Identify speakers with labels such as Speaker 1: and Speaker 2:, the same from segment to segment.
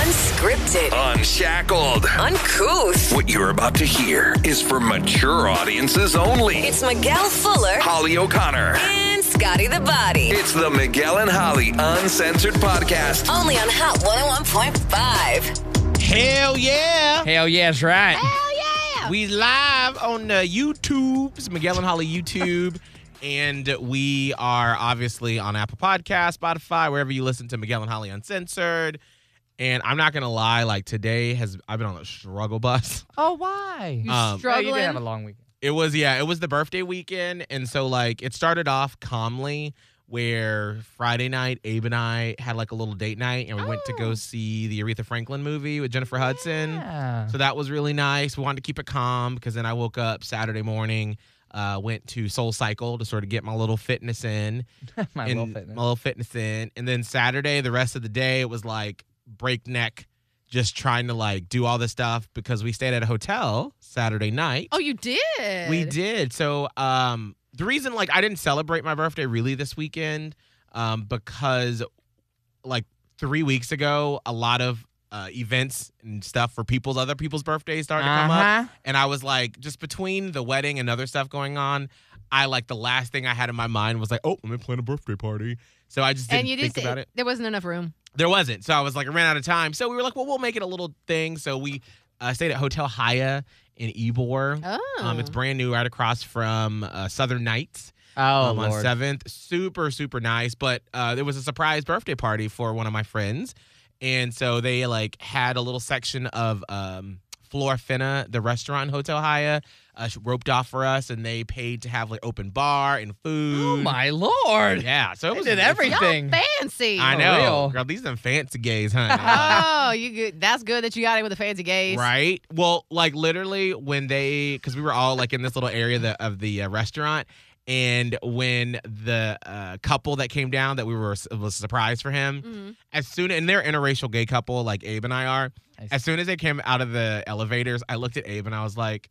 Speaker 1: Unscripted,
Speaker 2: Unshackled.
Speaker 1: uncouth.
Speaker 2: What you're about to hear is for mature audiences only.
Speaker 1: It's Miguel Fuller
Speaker 2: Holly O'Connor.
Speaker 1: and Scotty the Body.
Speaker 2: It's the Miguel and Holly Uncensored Podcast.
Speaker 1: Only on Hot 101.5.
Speaker 3: Hell yeah.
Speaker 4: Hell yes, right.
Speaker 3: We live on uh, YouTube's Miguel and Holly YouTube. And we are obviously on Apple Podcast, Spotify, wherever you listen to Miguel and Holly Uncensored. And I'm not gonna lie, like today has I've been on a struggle bus.
Speaker 4: Oh, why?
Speaker 5: You
Speaker 3: Um,
Speaker 4: Well, you did have a
Speaker 5: struggling?
Speaker 4: long weekend.
Speaker 3: It was yeah, it was the birthday weekend, and so like it started off calmly where Friday night Abe and I had like a little date night, and we went to go
Speaker 5: Oh.
Speaker 3: see the Aretha Franklin movie with Jennifer Hudson.
Speaker 4: Yeah.
Speaker 3: So that was really nice. We wanted to keep it calm because then I woke up Saturday morning, uh, went to Soul Cycle to sort of get my little fitness in,
Speaker 4: My
Speaker 3: and
Speaker 4: little fitness.
Speaker 3: my little fitness in, and then Saturday, the rest of the day, it was like breakneck, just trying to like do all this stuff because we stayed at a hotel Saturday night.
Speaker 5: Oh, you did.
Speaker 3: We did. So um the reason like I didn't celebrate my birthday really this weekend um because like 3 weeks ago a lot of uh, events and stuff for people's other people's birthdays started to come up
Speaker 4: Uh-huh.
Speaker 3: and I was like just between the wedding and other stuff going on I like the last thing I had in my mind was like oh I'm going to plan a birthday party. So I just didn't
Speaker 5: and you
Speaker 3: think
Speaker 5: did.
Speaker 3: about it.
Speaker 5: There wasn't enough room.
Speaker 3: There wasn't. So I was like, I ran out of time. So we were like, well, we'll make it a little thing. So we uh, stayed at Hotel Haya in Ybor.
Speaker 5: Oh,
Speaker 3: Um, it's brand new, right across from uh, Southern Nights
Speaker 4: Oh,
Speaker 3: um, on
Speaker 4: Lord.
Speaker 3: Seventh. Super, super nice. But uh, there was a surprise birthday party for one of my friends, and so they like had a little section of um, Flora Finna, the restaurant in Hotel Haya, uh, roped off for us, and they paid to have like open bar and food.
Speaker 4: Oh, my Lord.
Speaker 3: Yeah, so it
Speaker 4: They
Speaker 3: was
Speaker 4: did
Speaker 3: it's-
Speaker 4: everything.
Speaker 5: y'all
Speaker 4: thing.
Speaker 5: fancy.
Speaker 3: I
Speaker 4: For
Speaker 3: know,
Speaker 4: real.
Speaker 3: girl. These them fancy gays, huh?
Speaker 5: oh, you good. That's good that you got it with a fancy gaze.
Speaker 3: Right. Well, like literally when they, because we were all like in this little area the, of the uh, restaurant, and when the uh, couple that came down that we were it was a surprise for him,
Speaker 5: Mhm.
Speaker 3: as soon and they're interracial gay couple like Abe and I are.
Speaker 4: I
Speaker 3: As soon as they came out of the elevators, I looked at Abe and I was like,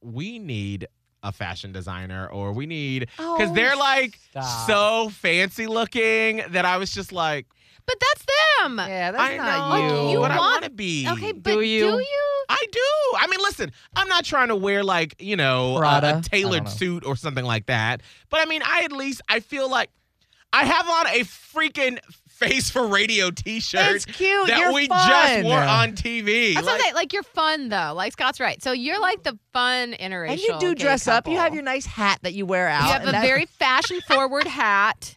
Speaker 3: "We need a fashion designer, or we need because
Speaker 4: Oh.
Speaker 5: Oh,
Speaker 3: they're like
Speaker 4: stop.
Speaker 3: so fancy looking that I was just like,
Speaker 5: But that's them.
Speaker 4: Yeah, that's
Speaker 3: I
Speaker 4: not
Speaker 3: know Oh,
Speaker 4: you.
Speaker 5: you
Speaker 3: what I
Speaker 5: want-
Speaker 3: want to be."
Speaker 5: Okay, but
Speaker 4: you?
Speaker 3: I do. I mean, listen, I'm not trying to wear like, you know, a-
Speaker 4: Prada?
Speaker 3: a,
Speaker 4: I don't
Speaker 3: tailored
Speaker 4: know.
Speaker 3: suit or something like that. But I mean, I at least I feel like I have on a freaking face for radio t-shirt
Speaker 4: It's cute.
Speaker 3: that
Speaker 4: You're
Speaker 3: we
Speaker 4: fun.
Speaker 3: just wore on TV.
Speaker 5: That's
Speaker 3: Like,
Speaker 5: what they, like you're fun though. Like Scott's right. So you're like the fun interracial.
Speaker 4: And you do
Speaker 5: gay
Speaker 4: dress up. You
Speaker 5: couple.
Speaker 4: have your nice hat that you wear out.
Speaker 5: You have
Speaker 4: and
Speaker 5: a
Speaker 4: that-
Speaker 5: very fashion forward hat.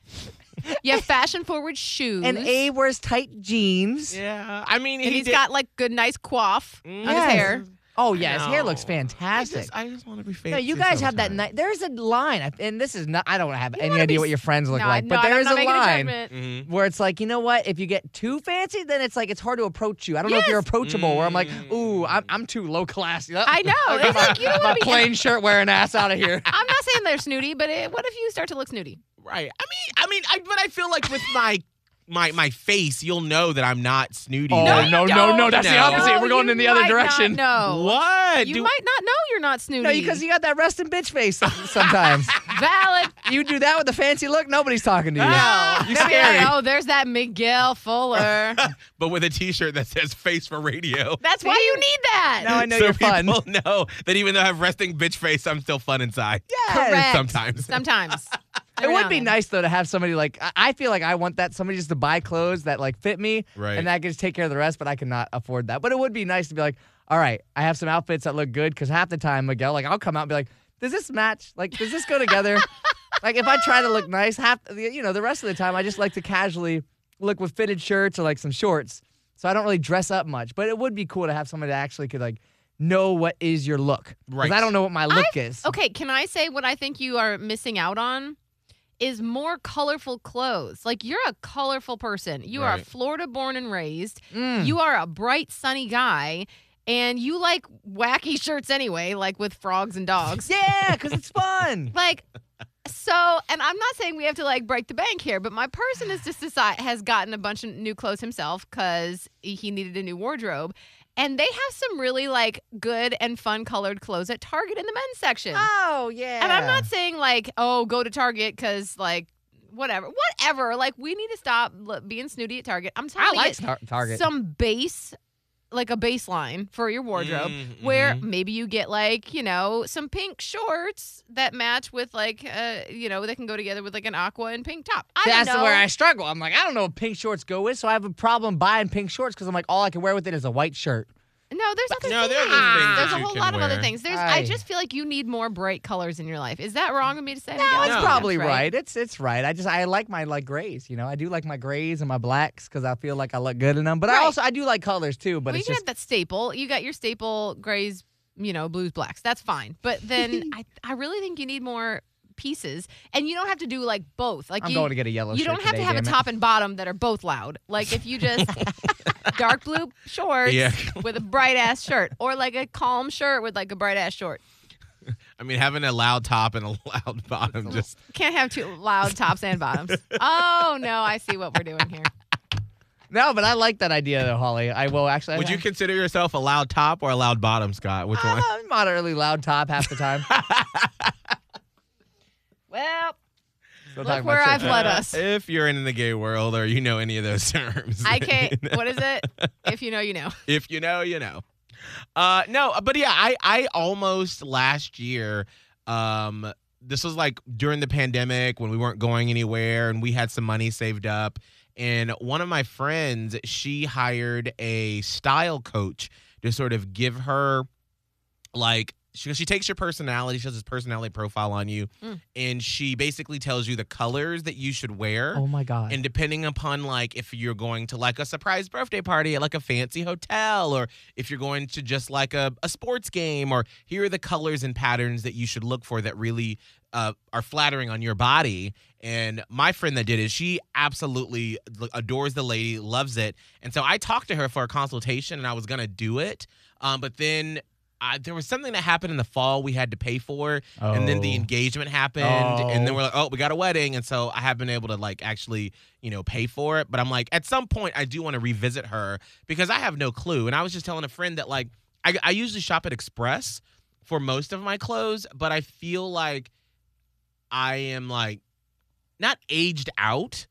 Speaker 5: You have fashion forward shoes.
Speaker 4: And
Speaker 5: and
Speaker 4: Abe wears tight jeans.
Speaker 3: yeah. I mean, he
Speaker 5: he's
Speaker 3: did-
Speaker 5: got like good nice coif on his
Speaker 4: Yes.
Speaker 5: hair.
Speaker 4: Oh yeah, his hair
Speaker 3: know.
Speaker 4: looks
Speaker 3: I
Speaker 4: fantastic.
Speaker 3: just, I just want to be fancy.
Speaker 4: no, you guys have that.
Speaker 3: sometimes.
Speaker 4: Ni- there's a line, I- and this is not. I don't have
Speaker 5: You
Speaker 4: any
Speaker 5: wanna
Speaker 4: idea
Speaker 5: be
Speaker 4: what your friends look
Speaker 5: No,
Speaker 4: like,
Speaker 5: no,
Speaker 4: but there's
Speaker 5: I'm not
Speaker 4: a
Speaker 5: making
Speaker 4: line
Speaker 5: judgment.
Speaker 3: Mhm.
Speaker 4: where it's like, you know what? If you get too fancy, then it's like it's hard to approach you. I don't know if you're
Speaker 5: Yes.
Speaker 4: approachable. Where I'm like,
Speaker 3: Mm.
Speaker 4: ooh, I'm, I'm too low class.
Speaker 5: I know.
Speaker 4: Okay,
Speaker 5: It's like you don't
Speaker 4: my
Speaker 5: want to be.
Speaker 4: plain shirt wearing ass out of here.
Speaker 5: I'm not saying they're snooty, but it, what if you start to look snooty?
Speaker 3: Right. I mean, I mean, I but I feel like with my my my face, you'll know that I'm not snooty.
Speaker 4: Oh,
Speaker 3: Like,
Speaker 4: No, no, no,
Speaker 5: don't.
Speaker 4: that's
Speaker 3: the opposite.
Speaker 5: No,
Speaker 4: We're going
Speaker 5: you
Speaker 4: in the other
Speaker 5: might
Speaker 4: direction.
Speaker 5: Not know.
Speaker 3: What?
Speaker 4: Uh,
Speaker 5: You
Speaker 3: Do-
Speaker 5: might not know you're not snooty.
Speaker 4: No, because you got that resting bitch face som- sometimes.
Speaker 5: valid.
Speaker 4: you do that with a fancy look, nobody's talking to you.
Speaker 3: Ah,
Speaker 4: you
Speaker 5: They'll be
Speaker 4: scary.
Speaker 5: like, oh, there's that Miguel Fuller.
Speaker 3: but with a T-shirt that says "Face for Radio."
Speaker 5: That's why you need that.
Speaker 4: Now I know
Speaker 3: so
Speaker 4: you're fun.
Speaker 3: people know that even though I have resting bitch face, I'm still fun inside.
Speaker 4: Yes.
Speaker 5: Correct.
Speaker 3: Sometimes.
Speaker 5: Sometimes.
Speaker 4: It
Speaker 5: Every now
Speaker 4: would
Speaker 5: and
Speaker 4: be
Speaker 5: then.
Speaker 4: nice though to have somebody like I- I feel like I want that somebody just to buy clothes that like fit me,
Speaker 3: Right.
Speaker 4: and I can just take care of the rest. But I cannot afford that. But it would be nice to be like, all right, I have some outfits that look good because half the time Miguel, like I'll come out and be like, does this match? Like, does this go together? like if I try to look nice, half the- you know the rest of the time I just like to casually look with fitted shirts or like some shorts. So I don't really dress up much. But it would be cool to have somebody that actually could like know what is your look. 'Cause
Speaker 3: Right.
Speaker 4: I don't know what my look is.
Speaker 5: Okay, can I say what I think you are missing out on? Is more colorful clothes. Like you're a colorful person. You are
Speaker 3: Right.
Speaker 5: Florida born and raised.
Speaker 4: Mm.
Speaker 5: You are a bright, sunny guy, and you like wacky shirts anyway, like with frogs and dogs.
Speaker 4: yeah, because it's fun.
Speaker 5: Like, so, and I'm not saying we have to like break the bank here, but my person has just decided has gotten a bunch of new clothes himself because he needed a new wardrobe. And they have some really like good and fun colored clothes at Target in the men's section.
Speaker 4: Oh yeah.
Speaker 5: And I'm not saying like, oh, go to Target because like whatever, whatever. Like we need to stop l- being snooty at Target. I'm trying
Speaker 4: I
Speaker 5: to
Speaker 4: like
Speaker 5: get
Speaker 4: tar- Target.
Speaker 5: some base like a baseline for your wardrobe where
Speaker 3: mhm.
Speaker 4: Mm-hmm.
Speaker 5: maybe you get like, you know, some pink shorts that match with like uh, you know, that can go together with like an aqua and pink top. I
Speaker 4: That's
Speaker 5: don't know.
Speaker 4: where I struggle. I'm like, I don't know what pink shorts go with, so I have a problem buying pink shorts because I'm like, all I can wear with it is a white shirt.
Speaker 5: No, there's other
Speaker 3: No,
Speaker 5: things.
Speaker 3: there are other things that
Speaker 5: there's a
Speaker 3: you
Speaker 5: whole
Speaker 3: can
Speaker 5: lot of other
Speaker 3: wear.
Speaker 5: things. There's I
Speaker 4: Aye.
Speaker 5: just feel like you need more bright colors in your life. Is that wrong of me to say?
Speaker 4: No, it's
Speaker 3: No.
Speaker 4: probably right. It's it's right. I just I like my like grays. You know, I do like my grays and my blacks because I feel like I look good in them. But I
Speaker 5: Right.
Speaker 4: also I do like colors too. But
Speaker 5: well, you
Speaker 4: it's
Speaker 5: can
Speaker 4: just
Speaker 5: have that staple. You got your staple grays, you know, blues, blacks. That's fine. But then I, I really think you need more pieces, and you don't have to do like both. Like
Speaker 4: I'm
Speaker 5: you,
Speaker 4: going to get a yellow.
Speaker 5: you
Speaker 4: shirt
Speaker 5: don't have
Speaker 4: today,
Speaker 5: to have a
Speaker 4: damn it.
Speaker 5: top and bottom that are both loud. Like if you just dark blue shorts
Speaker 3: Yeah.
Speaker 5: with a bright ass shirt, or like a calm shirt with like a bright ass short.
Speaker 3: I mean, having a loud top and a loud bottom just
Speaker 5: Can't have two loud tops and bottoms. Oh no, I see what we're doing here.
Speaker 4: No, but I like that idea though, Holly. I will actually.
Speaker 3: Would
Speaker 4: I,
Speaker 3: you consider yourself a loud top or a loud bottom, Scott?
Speaker 5: Ah,
Speaker 3: Which one?
Speaker 4: I'm a moderately loud top half the time.
Speaker 5: Well,
Speaker 4: Still
Speaker 5: Look
Speaker 4: talking about
Speaker 5: where
Speaker 4: shirt
Speaker 5: I've
Speaker 4: today.
Speaker 5: let us.
Speaker 3: If you're in the gay world or you know any of those terms,
Speaker 5: I
Speaker 3: then-
Speaker 5: can't. What is it? If you know, you know.
Speaker 3: if you know, you know. Uh, no, but yeah, I I almost last year. Um, this was like during the pandemic when we weren't going anywhere and we had some money saved up. And one of my friends, she hired a style coach to sort of give her like she, she takes your personality, she has this personality profile on you,
Speaker 5: Mm.
Speaker 3: and she basically tells you the colors that you should wear.
Speaker 4: Oh my god.
Speaker 3: And depending upon like if you're going to like a surprise birthday party at like a fancy hotel or if you're going to just like a, a sports game or here are the colors and patterns that you should look for that really uh, are flattering on your body. And my friend that did it, she absolutely l- adores the lady, loves it. And so I talked to her for a consultation and I was going to do it. Um, but then I, there was something that happened in the fall we had to pay for and then the
Speaker 4: Oh.
Speaker 3: engagement happened and then we're like oh we got a wedding and so i have been able to like actually you know pay for it but i'm like at some point i do want to revisit her because i have no clue and i was just telling a friend that like i, I usually shop at express for most of my clothes but i feel like i am like not aged out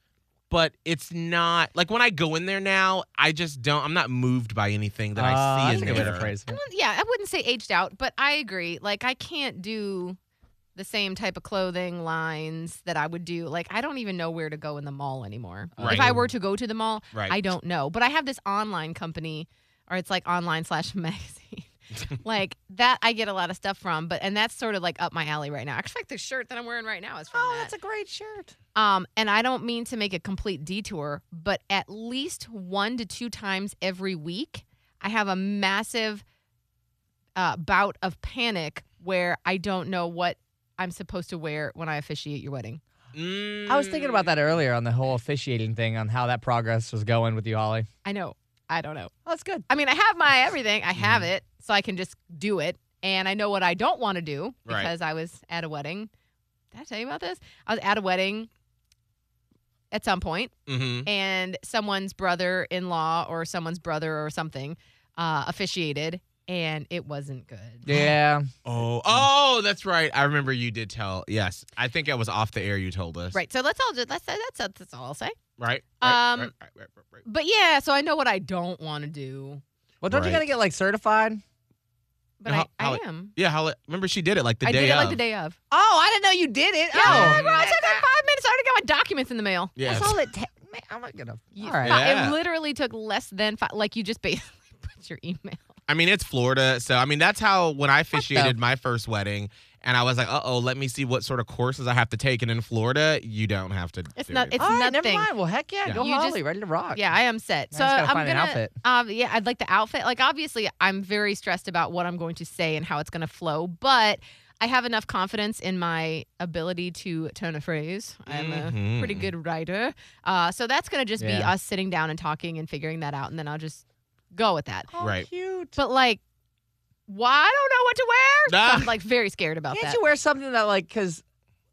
Speaker 3: but it's not like when I go in there now, I just don't. I'm not moved by anything that
Speaker 4: Uh,
Speaker 3: Ah, I see.
Speaker 4: that's
Speaker 3: in
Speaker 4: a good way
Speaker 3: there.
Speaker 4: to phrase it.
Speaker 5: Well, yeah, I wouldn't say aged out, but I agree. Like I can't do the same type of clothing lines that I would do. Like I don't even know where to go in the mall anymore.
Speaker 3: Right.
Speaker 5: If I were to go to the mall,
Speaker 3: Right.
Speaker 5: I don't know. But I have this online company, or it's like online slash magazine. like that, I get a lot of stuff from, but and that's sort of like up my alley right now. Actually, like the shirt that I'm wearing right now is from that.
Speaker 4: a great shirt.
Speaker 5: Um, and I don't mean to make a complete detour, but at least one to two times every week, I have a massive uh, bout of panic where I don't know what I'm supposed to wear when I officiate your wedding.
Speaker 4: I was thinking
Speaker 3: Mm.
Speaker 4: about that earlier on the whole officiating thing on how that progress was going with you, Holly.
Speaker 5: I know. I don't know.
Speaker 4: Oh, that's good.
Speaker 5: I mean, I have my everything, I have it, so I can just do it. And I know what I don't want to do
Speaker 3: Right.
Speaker 5: because I was at a wedding. Did I tell you about this? I was at a wedding at some point.
Speaker 3: Mhm.
Speaker 5: and someone's brother in law or someone's brother or something uh, officiated, and it wasn't good.
Speaker 4: Yeah.
Speaker 3: Oh,
Speaker 5: Mm.
Speaker 3: oh, that's right. I remember you did tell. Yes, I think I was off the air. You told us.
Speaker 5: Right. So let's all just let's that's that's all I'll say.
Speaker 3: Right. right,
Speaker 5: Um,
Speaker 3: right, right, right, right, right.
Speaker 5: But yeah, so I know what I don't want to do,
Speaker 4: Well, don't you
Speaker 3: Right.
Speaker 4: gotta get like certified?
Speaker 5: but
Speaker 3: Now,
Speaker 5: I,
Speaker 3: how-
Speaker 5: I am.
Speaker 3: Yeah. How? Remember, she did it like the
Speaker 5: I
Speaker 3: day
Speaker 5: did it
Speaker 3: of.
Speaker 5: like the day of.
Speaker 4: Oh, I didn't know you did it. Oh.
Speaker 5: Yeah, girl, I took like five minutes. I already got my documents in the mail.
Speaker 3: Yes.
Speaker 4: That's all it takes. Man, I'm not gonna.
Speaker 5: You-
Speaker 4: All right.
Speaker 5: fi-
Speaker 3: Yeah.
Speaker 5: It literally took less than five. Like you just basically put your email.
Speaker 3: I mean, it's Florida, so I mean that's how when I officiated
Speaker 4: the-
Speaker 3: my first wedding, and I was like, uh oh, let me see what sort of courses I have to take. And in Florida, you don't have to.
Speaker 5: It's
Speaker 3: do
Speaker 5: not-
Speaker 3: it.
Speaker 5: it's-
Speaker 4: All right, never
Speaker 5: nothing.
Speaker 4: mind. Well, heck yeah,
Speaker 3: Yeah.
Speaker 4: go
Speaker 5: You
Speaker 4: Holly,
Speaker 5: just-
Speaker 4: ready to rock.
Speaker 5: Yeah, I am set.
Speaker 4: Now
Speaker 5: so
Speaker 4: I just gotta
Speaker 5: I'm
Speaker 4: find an
Speaker 5: gonna.
Speaker 4: outfit.
Speaker 5: Um, yeah, I'd like the outfit. Like obviously, I'm very stressed about what I'm going to say and how it's going to flow, but I have enough confidence in my ability to turn a phrase. I'm
Speaker 3: Mhm.
Speaker 5: a pretty good writer, uh, so that's going to just be
Speaker 4: Mm-hmm. Yeah.
Speaker 5: us sitting down and talking and figuring that out, and then I'll just go with that.
Speaker 4: How
Speaker 3: Right.
Speaker 4: Cute.
Speaker 5: But like, why I don't know what to wear.
Speaker 3: Ah.
Speaker 5: So I'm like very scared about
Speaker 4: Can't
Speaker 5: that.
Speaker 4: you wear something that like because,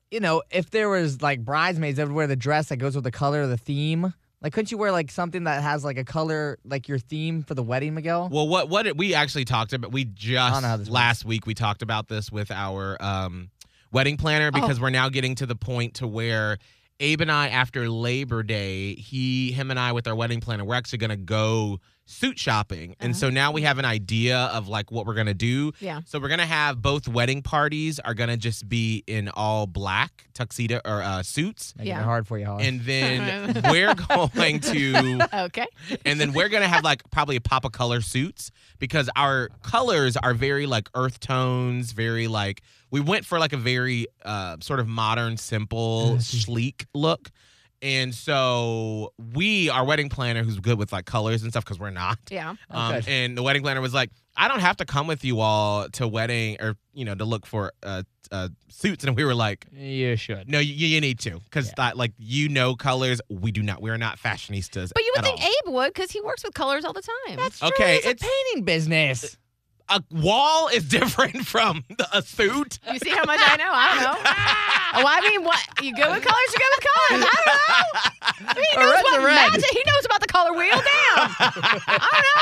Speaker 4: you know, if there was like bridesmaids, they would wear the dress that goes with the color of the theme. Like, couldn't you wear like something that has like a color, like your theme for the wedding, Miguel?
Speaker 3: Well, what what did- we actually talked about? We
Speaker 4: know how
Speaker 3: just
Speaker 4: this
Speaker 3: last week we talked about this with our um, wedding planner
Speaker 4: Oh.
Speaker 3: because we're now getting to the point to where Abe and I, after Labor Day, he him and I with our wedding planner, we're actually gonna go suit shopping. And so now
Speaker 4: Oh.
Speaker 3: we have an idea of like what we're going to do.
Speaker 5: Yeah.
Speaker 3: So we're going to have both wedding parties are going to just be in all black tuxedo or uh, suits.
Speaker 4: Making
Speaker 5: Yeah.
Speaker 4: it hard for you, Holly.
Speaker 3: And then we're going to
Speaker 5: Okay.
Speaker 3: and then we're gonna have like probably a pop of color suits because our colors are very like earth tones, very like we went for like a very uh, sort of modern,
Speaker 5: Mm-hmm.
Speaker 3: simple, sleek look. And so we, our wedding planner, who's good with like colors and stuff, because we're not.
Speaker 5: Yeah.
Speaker 3: Um,
Speaker 4: Okay.
Speaker 3: And the wedding planner was like, I don't have to come with you all to wedding or you know to look for uh, uh, suits. And we were like.
Speaker 4: you should.
Speaker 3: No, you, you need to, because like you know colors. We do not. We are not fashionistas.
Speaker 5: But you
Speaker 3: at
Speaker 5: would think
Speaker 3: all.
Speaker 5: Abe would because he works with colors all the time.
Speaker 4: That's
Speaker 3: Okay,
Speaker 4: true. It's,
Speaker 3: it's-
Speaker 4: a painting business.
Speaker 3: a wall is different from the, a suit.
Speaker 5: you see how much I know? I don't know. Well, I mean, what you go with colors, you go with colors. I don't know. He
Speaker 4: A
Speaker 5: knows
Speaker 4: red's a
Speaker 5: about
Speaker 4: red.
Speaker 5: magic. He knows about the color wheel. Damn.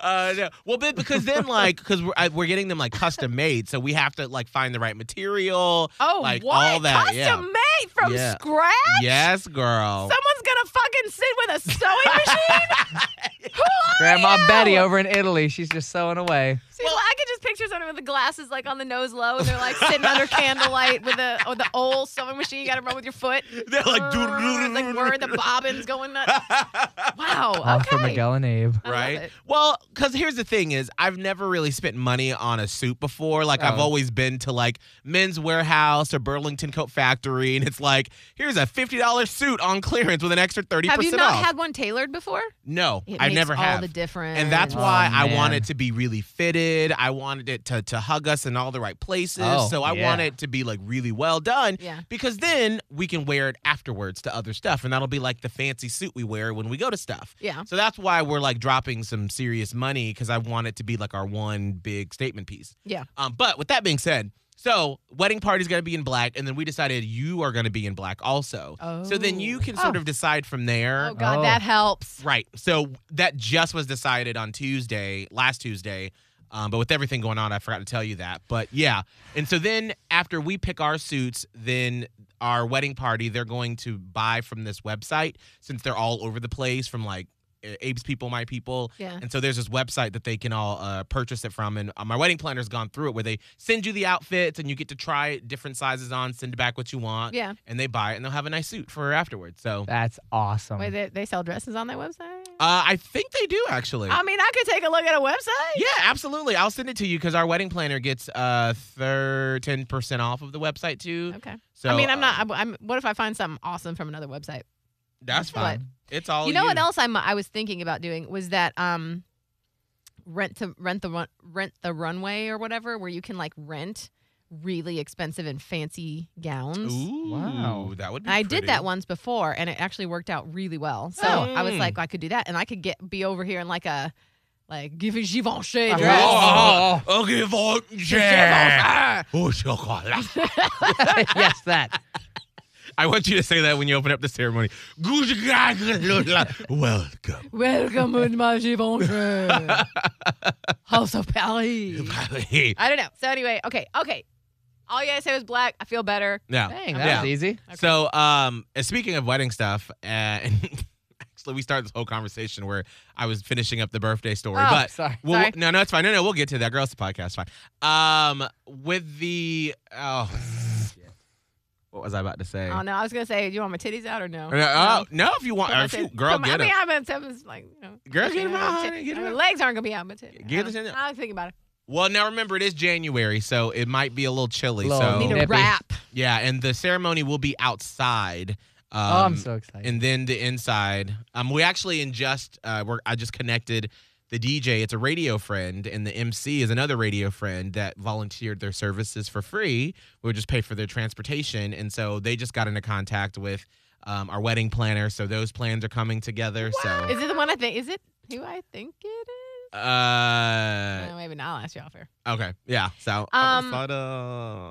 Speaker 3: Uh, no. Well, but because then, like, because we're, I- we're getting them like custom made, so we have to like find the right material.
Speaker 5: Oh,
Speaker 3: like
Speaker 5: what?
Speaker 3: all that.
Speaker 5: Custom
Speaker 3: yeah.
Speaker 5: made from
Speaker 3: Yeah.
Speaker 5: scratch.
Speaker 3: Yes, girl.
Speaker 5: Someone's gonna fucking sit with a sewing machine. Who are
Speaker 4: Grandma
Speaker 5: you?
Speaker 4: Betty oh. over in Italy, she's just sewing away.
Speaker 5: See, well, I could just picture someone with the glasses like on the nose low, and they're like sitting under candlelight with a with the old sewing machine. You got to run with your foot.
Speaker 3: They're like,
Speaker 5: Brrr, like where the bobbins going nuts. Wow. Okay.
Speaker 4: All for Miguel and Abe.
Speaker 5: love
Speaker 3: right?
Speaker 5: it.
Speaker 3: Well, because here's the thing: is I've never really spent money on a suit before. Like I've
Speaker 4: Oh.
Speaker 3: always been to like Men's Warehouse or Burlington Coat Factory, and it's like here's a fifty dollars suit on clearance with an extra thirty
Speaker 5: Have you
Speaker 3: percent
Speaker 5: not
Speaker 3: off.
Speaker 5: had one tailored before?
Speaker 3: no,
Speaker 5: It
Speaker 3: "Oh." I
Speaker 5: makes
Speaker 3: never
Speaker 5: all
Speaker 3: have.
Speaker 5: the difference.
Speaker 3: and that's
Speaker 4: Oh,
Speaker 3: why I
Speaker 4: man.
Speaker 3: want it to be really fitted. I wanted it to to hug us in all the right places.
Speaker 4: Oh,
Speaker 3: so I
Speaker 4: yeah.
Speaker 3: want it to be like really well done.
Speaker 5: Yeah.
Speaker 3: Because then we can wear it afterwards to other stuff, and that'll be like the fancy suit we wear when we go to stuff.
Speaker 5: Yeah.
Speaker 3: So that's why we're like dropping some serious money because I want it to be like our one big statement piece.
Speaker 5: Yeah.
Speaker 3: Um, but with that being said. So, wedding party's gonna be in black, and then we decided you are gonna be in black also. So then you
Speaker 5: Oh.
Speaker 3: can sort
Speaker 5: Oh.
Speaker 3: of decide from there.
Speaker 5: Oh God,
Speaker 4: Oh.
Speaker 5: that helps.
Speaker 3: Right. So that just was decided on Tuesday, last Tuesday. Um, but with everything going on, I forgot to tell you that. But yeah. And so then after we pick our suits, then our wedding party, they're going to buy from this website since they're all over the place from like uh, Abe's people, my people.
Speaker 5: Yeah.
Speaker 3: And so there's this website that they can all uh, purchase it from. And uh, my wedding planner's gone through it where they send you the outfits and you get to try it, different sizes on, send back what you want.
Speaker 5: Yeah.
Speaker 3: And they buy it and they'll have a nice suit for her afterwards. So uh,
Speaker 4: That's awesome.
Speaker 5: Wait, they, they sell dresses on that website?
Speaker 3: I think they do actually.
Speaker 5: I mean, I could take a look at a website.
Speaker 3: Yeah, absolutely. I'll send it to you because our wedding planner gets uh thir- 10% off of the website too.
Speaker 5: Okay.
Speaker 3: So
Speaker 5: I mean, I'm
Speaker 3: uh,
Speaker 5: not. I'm, I'm. What if I find something awesome from another website?
Speaker 3: that's
Speaker 5: but-
Speaker 3: fine. It's all
Speaker 5: you know what else I'm, I was thinking about doing was that um, rent to rent the run, rent the runway or whatever, where you can like rent really expensive and fancy gowns.
Speaker 3: Ooh,
Speaker 4: Wow.
Speaker 3: that would be.
Speaker 5: And I
Speaker 3: pretty.
Speaker 5: did that once before, and it actually worked out really well. So
Speaker 3: Oh.
Speaker 5: I was like, I could do that, and I could get be over here in like a like give a Givenchy
Speaker 3: Uh-huh.
Speaker 4: Oh.
Speaker 5: dress.
Speaker 3: Oh, oh, okay, for- yeah. Oh, chocolate.
Speaker 4: yes, that.
Speaker 3: I want you to say that when you open up the ceremony. Welcome.
Speaker 5: Welcome with my Givenchy, House of Paris. I don't know. So anyway, okay, okay. All you gotta say was black. I feel better.
Speaker 3: Now,
Speaker 4: Dang, that
Speaker 3: Yeah.
Speaker 4: was easy.
Speaker 3: So, um, uh, speaking of wedding stuff, uh, and actually, we started this whole conversation where I was finishing up the birthday story,
Speaker 5: Oh,
Speaker 3: but
Speaker 4: sorry.
Speaker 3: We'll,
Speaker 5: Sorry.
Speaker 3: No, no, it's fine. No, no, we'll get to that. Girls, the podcast, it's fine. Um, with the oh, what was I about to say?
Speaker 5: Oh no, I was gonna say, do you want my titties out or no?
Speaker 3: No, oh, no, if you want,
Speaker 5: Put my
Speaker 3: or if you,
Speaker 5: titties-
Speaker 3: girl,
Speaker 5: put my-
Speaker 3: get
Speaker 5: I
Speaker 3: them.
Speaker 5: mean, I'm gonna tell them, it's like, you know,
Speaker 3: Girl,
Speaker 5: okay,
Speaker 3: get 'em
Speaker 5: my
Speaker 3: out,
Speaker 5: titties-
Speaker 3: get 'em
Speaker 5: my
Speaker 3: out.
Speaker 5: legs aren't gonna be out, but titties.
Speaker 3: Get
Speaker 5: I
Speaker 3: the
Speaker 5: don't-
Speaker 3: titties out.
Speaker 5: I was thinking about it.
Speaker 3: Well, now remember it is January, so it might be a little chilly.
Speaker 4: Little
Speaker 3: so
Speaker 4: Oh.
Speaker 5: Need a
Speaker 4: Nippy.
Speaker 5: wrap.
Speaker 3: yeah, and the ceremony will be outside. Um,
Speaker 4: oh, I'm so excited.
Speaker 3: and then the inside. Um, we actually in just uh, we're, I just connected the DJ. It's a radio friend, and the MC is another radio friend that volunteered their services for free. We would just pay for their transportation, and so they just got into contact with um, our wedding planner. So those plans are coming together. So.
Speaker 5: Is it the one I think? Is it who I think it is?
Speaker 3: Uh
Speaker 5: No, maybe not. I'll ask you off air.
Speaker 3: okay yeah so
Speaker 5: Um,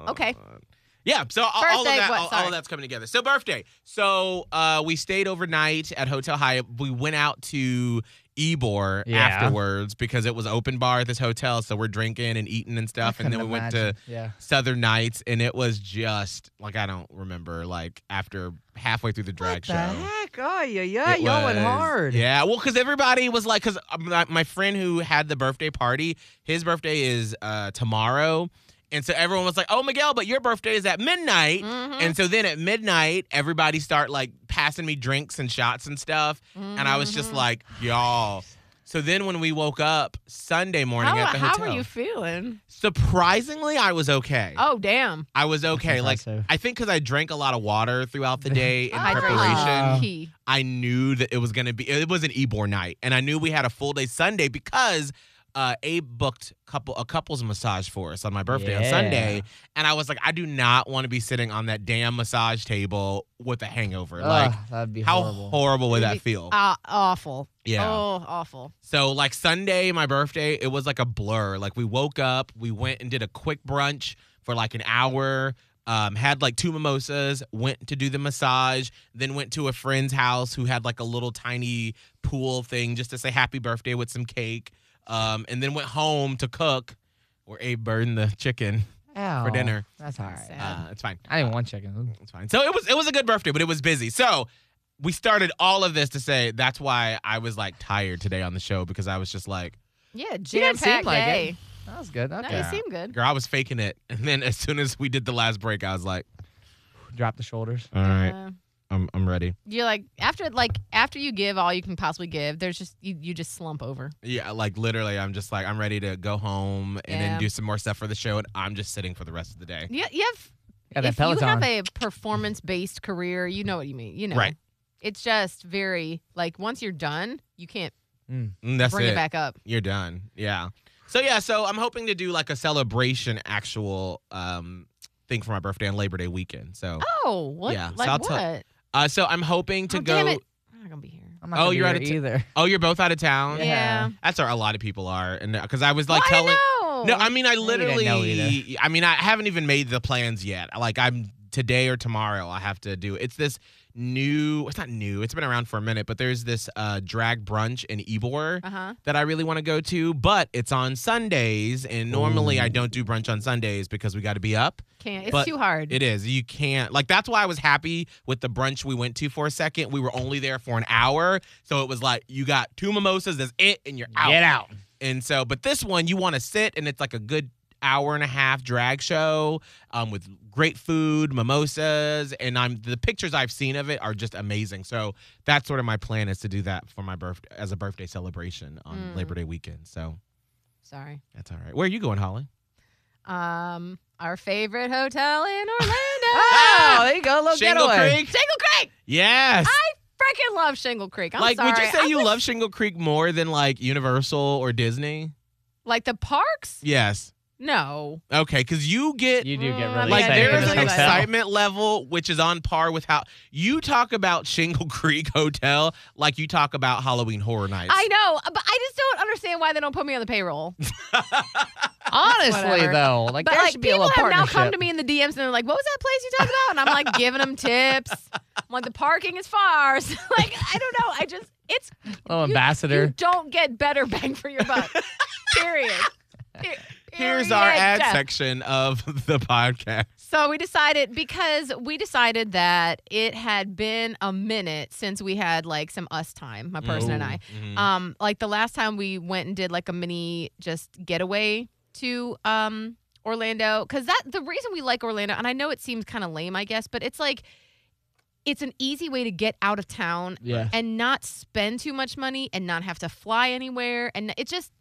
Speaker 3: okay
Speaker 5: okay.
Speaker 3: yeah so all, all of
Speaker 5: Birthday,
Speaker 3: that
Speaker 5: what-
Speaker 3: all, all
Speaker 5: sorry.
Speaker 3: of that's coming together so birthday so uh we stayed overnight at Hotel Hyatt we went out to Ebor
Speaker 4: Yeah.
Speaker 3: afterwards because it was open bar at this hotel, so we're drinking and eating and stuff, and then we went to
Speaker 4: yeah.
Speaker 3: Southern Nights, and it was just like I don't remember. Like after halfway through the drag
Speaker 4: what
Speaker 3: show,
Speaker 4: the heck? Oh yeah, yeah,
Speaker 3: it
Speaker 4: y'all went
Speaker 3: was-
Speaker 4: hard.
Speaker 3: Yeah, well, because everybody was like, because my, my friend who had the birthday party, his birthday is uh, tomorrow. And so everyone was like, oh, Miguel, but your birthday is at midnight.
Speaker 5: Mhm.
Speaker 3: And so then at midnight, everybody start like passing me drinks and shots and stuff. And I was just
Speaker 5: Mhm.
Speaker 3: like, y'all. So then when we woke up Sunday morning
Speaker 5: how,
Speaker 3: at the
Speaker 5: how
Speaker 3: hotel,
Speaker 5: are you feeling?
Speaker 3: surprisingly, I was okay.
Speaker 5: Oh, damn.
Speaker 3: I was okay. Like,
Speaker 4: impressive.
Speaker 3: I think because I drank a lot of water throughout the day in
Speaker 5: Hydration.
Speaker 3: preparation.
Speaker 4: Oh.
Speaker 5: Key.
Speaker 3: I knew that it was going to be it was an Ebor night and I knew we had a full day Sunday because uh, Abe booked couple a couples massage for us on my birthday on
Speaker 4: Yeah.
Speaker 3: Sunday and I was like I do not want to be sitting on that damn massage table with a hangover. like
Speaker 4: Ugh, that'd be
Speaker 3: how
Speaker 4: horrible.
Speaker 3: horrible, would that
Speaker 5: It'd
Speaker 3: feel?
Speaker 5: Uh, awful.
Speaker 3: Oh. yeah.
Speaker 5: Oh, awful.
Speaker 3: So like Sunday, my birthday, it was like a blur. Like we woke up, we went and did a quick brunch for like an hour. Um, had like two mimosas, went to do the massage, then went to a friend's house who had like a little tiny pool thing just to say happy birthday with some cake. Um, and then went home to cook where Abe burned the chicken for
Speaker 4: Ow,
Speaker 3: dinner.
Speaker 4: That's all right.
Speaker 5: Sad.
Speaker 3: Uh, it's fine.
Speaker 4: I didn't want chicken.
Speaker 3: It's fine. So it was it was a good birthday, but it was busy. So we started all of this to say that's why I was like tired today on the show because I was just like
Speaker 5: Yeah,
Speaker 4: seem
Speaker 5: jam packed
Speaker 4: like it.
Speaker 5: day.
Speaker 4: That was good.
Speaker 5: No,
Speaker 4: Okay.
Speaker 3: Yeah.
Speaker 5: you seem good.
Speaker 3: Girl, I was faking it. And then as soon as we did the last break, I was like,
Speaker 4: Drop the shoulders.
Speaker 3: all right,
Speaker 5: Uh,
Speaker 3: I'm, I'm ready.
Speaker 5: you're like after like after you give all you can possibly give. There's just you, you just slump over.
Speaker 3: Yeah, like literally, I'm just like, I'm ready to go home and
Speaker 5: Yeah.
Speaker 3: then do some more stuff for the show. And I'm just sitting for the rest of the day.
Speaker 5: Yeah, you have
Speaker 4: Got that
Speaker 5: if you have
Speaker 4: Peloton.
Speaker 5: a performance based career, you know what you mean. You know,
Speaker 3: Right.
Speaker 5: It's just very like once you're done, you can't
Speaker 3: And Mm, that's
Speaker 5: bring
Speaker 3: it.
Speaker 5: it. back up.
Speaker 3: You're done. Yeah. So, yeah, so I'm hoping to do like a celebration actual um, thing for my birthday on Labor Day weekend. So,
Speaker 5: Oh, what?
Speaker 3: Yeah, so
Speaker 5: Like
Speaker 3: I'll
Speaker 5: what?
Speaker 3: tell- uh, so I'm hoping to
Speaker 5: oh,
Speaker 3: go.
Speaker 5: damn it! I'm not gonna be here.
Speaker 4: I'm not
Speaker 3: Oh,
Speaker 4: gonna be
Speaker 3: you're out
Speaker 4: here
Speaker 3: of t-
Speaker 4: either.
Speaker 3: Oh, you're both out of town?
Speaker 5: Yeah.
Speaker 4: Yeah.
Speaker 3: That's where a lot of people are. And because I was
Speaker 5: Well,
Speaker 3: like
Speaker 5: I
Speaker 3: telling.
Speaker 5: don't know.
Speaker 3: No, I mean I
Speaker 4: didn't
Speaker 3: literally.
Speaker 4: know either.
Speaker 3: I mean I haven't even made the plans yet. Like I'm today or tomorrow I have to do. It's this new. It's not new. It's been around for a minute, but there's this uh, drag brunch in Ybor
Speaker 5: Uh huh.
Speaker 3: that I really want to go to, but it's on Sundays, and normally I don't do brunch on Sundays because we got to be up.
Speaker 5: Can't. It's
Speaker 3: But
Speaker 5: too hard.
Speaker 3: It is. You can't. Like, that's why I was happy with the brunch we went to for a second. We were only there for an hour. So it was like, you got two mimosas, that's it, and you're out.
Speaker 4: Get out.
Speaker 3: And so, but this one, you want to sit, and it's like a good hour and a half drag show um, with great food, mimosas, and I'm the pictures I've seen of it are just amazing. So that's sort of my plan is to do that for my birth as a birthday celebration on
Speaker 5: Mm.
Speaker 3: Labor Day weekend. So
Speaker 5: Sorry.
Speaker 3: that's all right. Where are you going, Holly?
Speaker 5: Um, our favorite hotel in Orlando. Ah!
Speaker 4: Oh, there you go. Little
Speaker 3: Ah! Shingle
Speaker 4: getaway.
Speaker 3: Creek.
Speaker 5: Shingle Creek.
Speaker 3: Yes.
Speaker 5: Freaking love Shingle Creek. I'm
Speaker 3: like,
Speaker 5: sorry.
Speaker 3: would you say
Speaker 5: I
Speaker 3: you
Speaker 5: wish-
Speaker 3: love Shingle Creek more than like Universal or Disney?
Speaker 5: like the parks?
Speaker 3: Yes.
Speaker 5: No.
Speaker 3: Okay, because you get
Speaker 4: You do get
Speaker 5: Mm,
Speaker 4: really
Speaker 3: like
Speaker 5: excited
Speaker 3: there
Speaker 5: for
Speaker 3: is
Speaker 5: this
Speaker 3: an
Speaker 5: hotel.
Speaker 3: excitement level which is on par with how you talk about Shingle Creek Hotel like you talk about Halloween Horror Nights.
Speaker 5: I know, uh, but I just don't understand why they don't put me on the payroll.
Speaker 4: Honestly,
Speaker 5: Whatever.
Speaker 4: though, like
Speaker 5: but
Speaker 4: there
Speaker 5: like
Speaker 4: should be a
Speaker 5: people
Speaker 4: little
Speaker 5: have now
Speaker 4: partnership.
Speaker 5: come to me in the DMs and they're like, "What was that place you talked about?" And I'm like giving them tips. I'm like, "The parking is far." So, like I don't know. I just it's
Speaker 4: Little
Speaker 5: you-
Speaker 4: ambassador.
Speaker 5: you don't get better bang for your buck. Period. Per-
Speaker 3: Here's our ad
Speaker 5: Period.
Speaker 3: section of the podcast.
Speaker 5: So we decided because we decided that it had been a minute since we had like some us time, my person and I.
Speaker 3: Mhm.
Speaker 5: Um, like the last time we went and did like a mini just getaway to um Orlando, because that the reason we like Orlando, and I know it seems kind of lame, I guess, but it's like it's an easy way to get out of town
Speaker 4: yeah.
Speaker 5: and not spend too much money and not have to fly anywhere, and it's just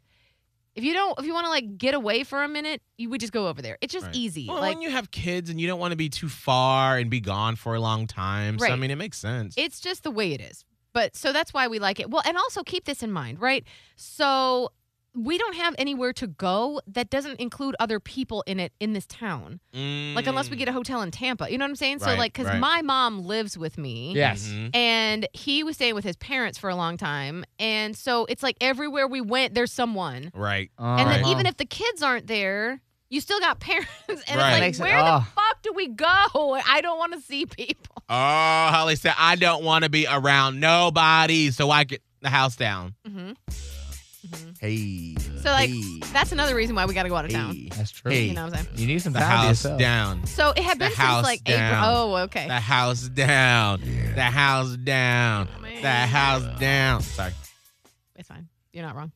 Speaker 5: if you don't if you want to like get away for a minute, you would just go over there. It's just
Speaker 3: Right.
Speaker 5: easy.
Speaker 3: Well,
Speaker 5: like
Speaker 3: when you have kids and you don't want to be too far and be gone for a long time, so I
Speaker 5: Right.
Speaker 3: mean it makes sense.
Speaker 5: It's just the way it is. But so that's why we like it. Well, and also keep this in mind, right? So we don't have anywhere to go that doesn't include other people in it in this town. Like unless we
Speaker 3: Mm.
Speaker 5: get a hotel in Tampa, you know what I'm saying? so
Speaker 3: Right,
Speaker 5: like cuz
Speaker 3: right.
Speaker 5: my mom lives with me.
Speaker 4: Yes.
Speaker 3: Mhm.
Speaker 5: And he was staying with his parents for a long time. And so it's like everywhere we went there's someone.
Speaker 3: Right.
Speaker 5: and then
Speaker 3: Right.
Speaker 5: even if the kids aren't there, you still got parents and
Speaker 3: Right. ah.
Speaker 4: Makes
Speaker 5: it's
Speaker 4: it-
Speaker 5: like where the
Speaker 4: oh.
Speaker 5: fuck do we go? I don't want to see people.
Speaker 3: Oh, Holly said, I don't want to be around nobody, so I could. the house down.
Speaker 5: hmm
Speaker 3: Mm-hmm. Hey.
Speaker 5: So like that's another reason why we got to go out of town.
Speaker 4: That's true.
Speaker 3: Hey.
Speaker 5: You know what I'm saying?
Speaker 4: You need some
Speaker 3: the
Speaker 4: time to
Speaker 3: house
Speaker 4: yourself.
Speaker 3: down.
Speaker 5: So it had
Speaker 3: The
Speaker 5: been since
Speaker 3: house
Speaker 5: like
Speaker 3: down.
Speaker 5: April. Oh, okay.
Speaker 3: The house down. The house down.
Speaker 5: Man.
Speaker 3: The house down. Sorry.
Speaker 5: it's fine. You're not wrong.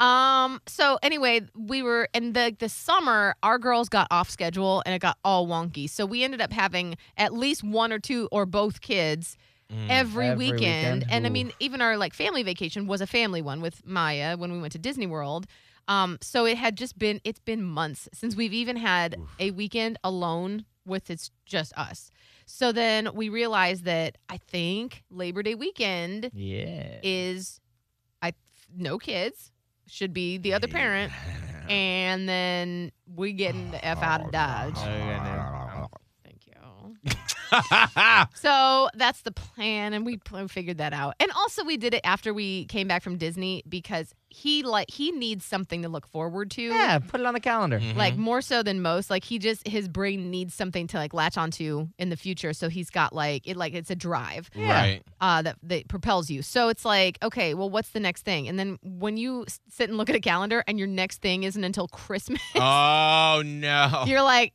Speaker 5: Um. So anyway, we were in the the summer. Our girls got off schedule and it got all wonky. So we ended up having at least one or two or both kids
Speaker 3: Mm.
Speaker 5: every,
Speaker 4: Mm-hmm. Every
Speaker 5: weekend.
Speaker 4: weekend?
Speaker 5: And I
Speaker 4: Ooh.
Speaker 5: mean, even our like family vacation was a family one with Maya when we went to Disney World. Um. So it had just been it's been months since we've even had a weekend alone with it's just us. So then we realized that I think Labor Day weekend
Speaker 4: Yeah.
Speaker 5: is I no kids should be the other parent, and then we getting the f out of Dodge.
Speaker 3: Oh, yeah,
Speaker 5: Thank you.
Speaker 3: no.
Speaker 5: So that's the plan, and we pl- figured that out. And also, we did it after we came back from Disney because he like he needs something to look forward to.
Speaker 4: yeah, put it on the calendar.
Speaker 3: Mhm.
Speaker 5: Like more so than most, like he just his brain needs something to like latch onto in the future. So he's got like it like it's a drive.
Speaker 3: Right.
Speaker 5: uh, that, that propels you. So it's like, okay, well, what's the next thing? And then when you s- sit and look at a calendar and your next thing isn't until Christmas,
Speaker 3: Oh no.
Speaker 5: you're like,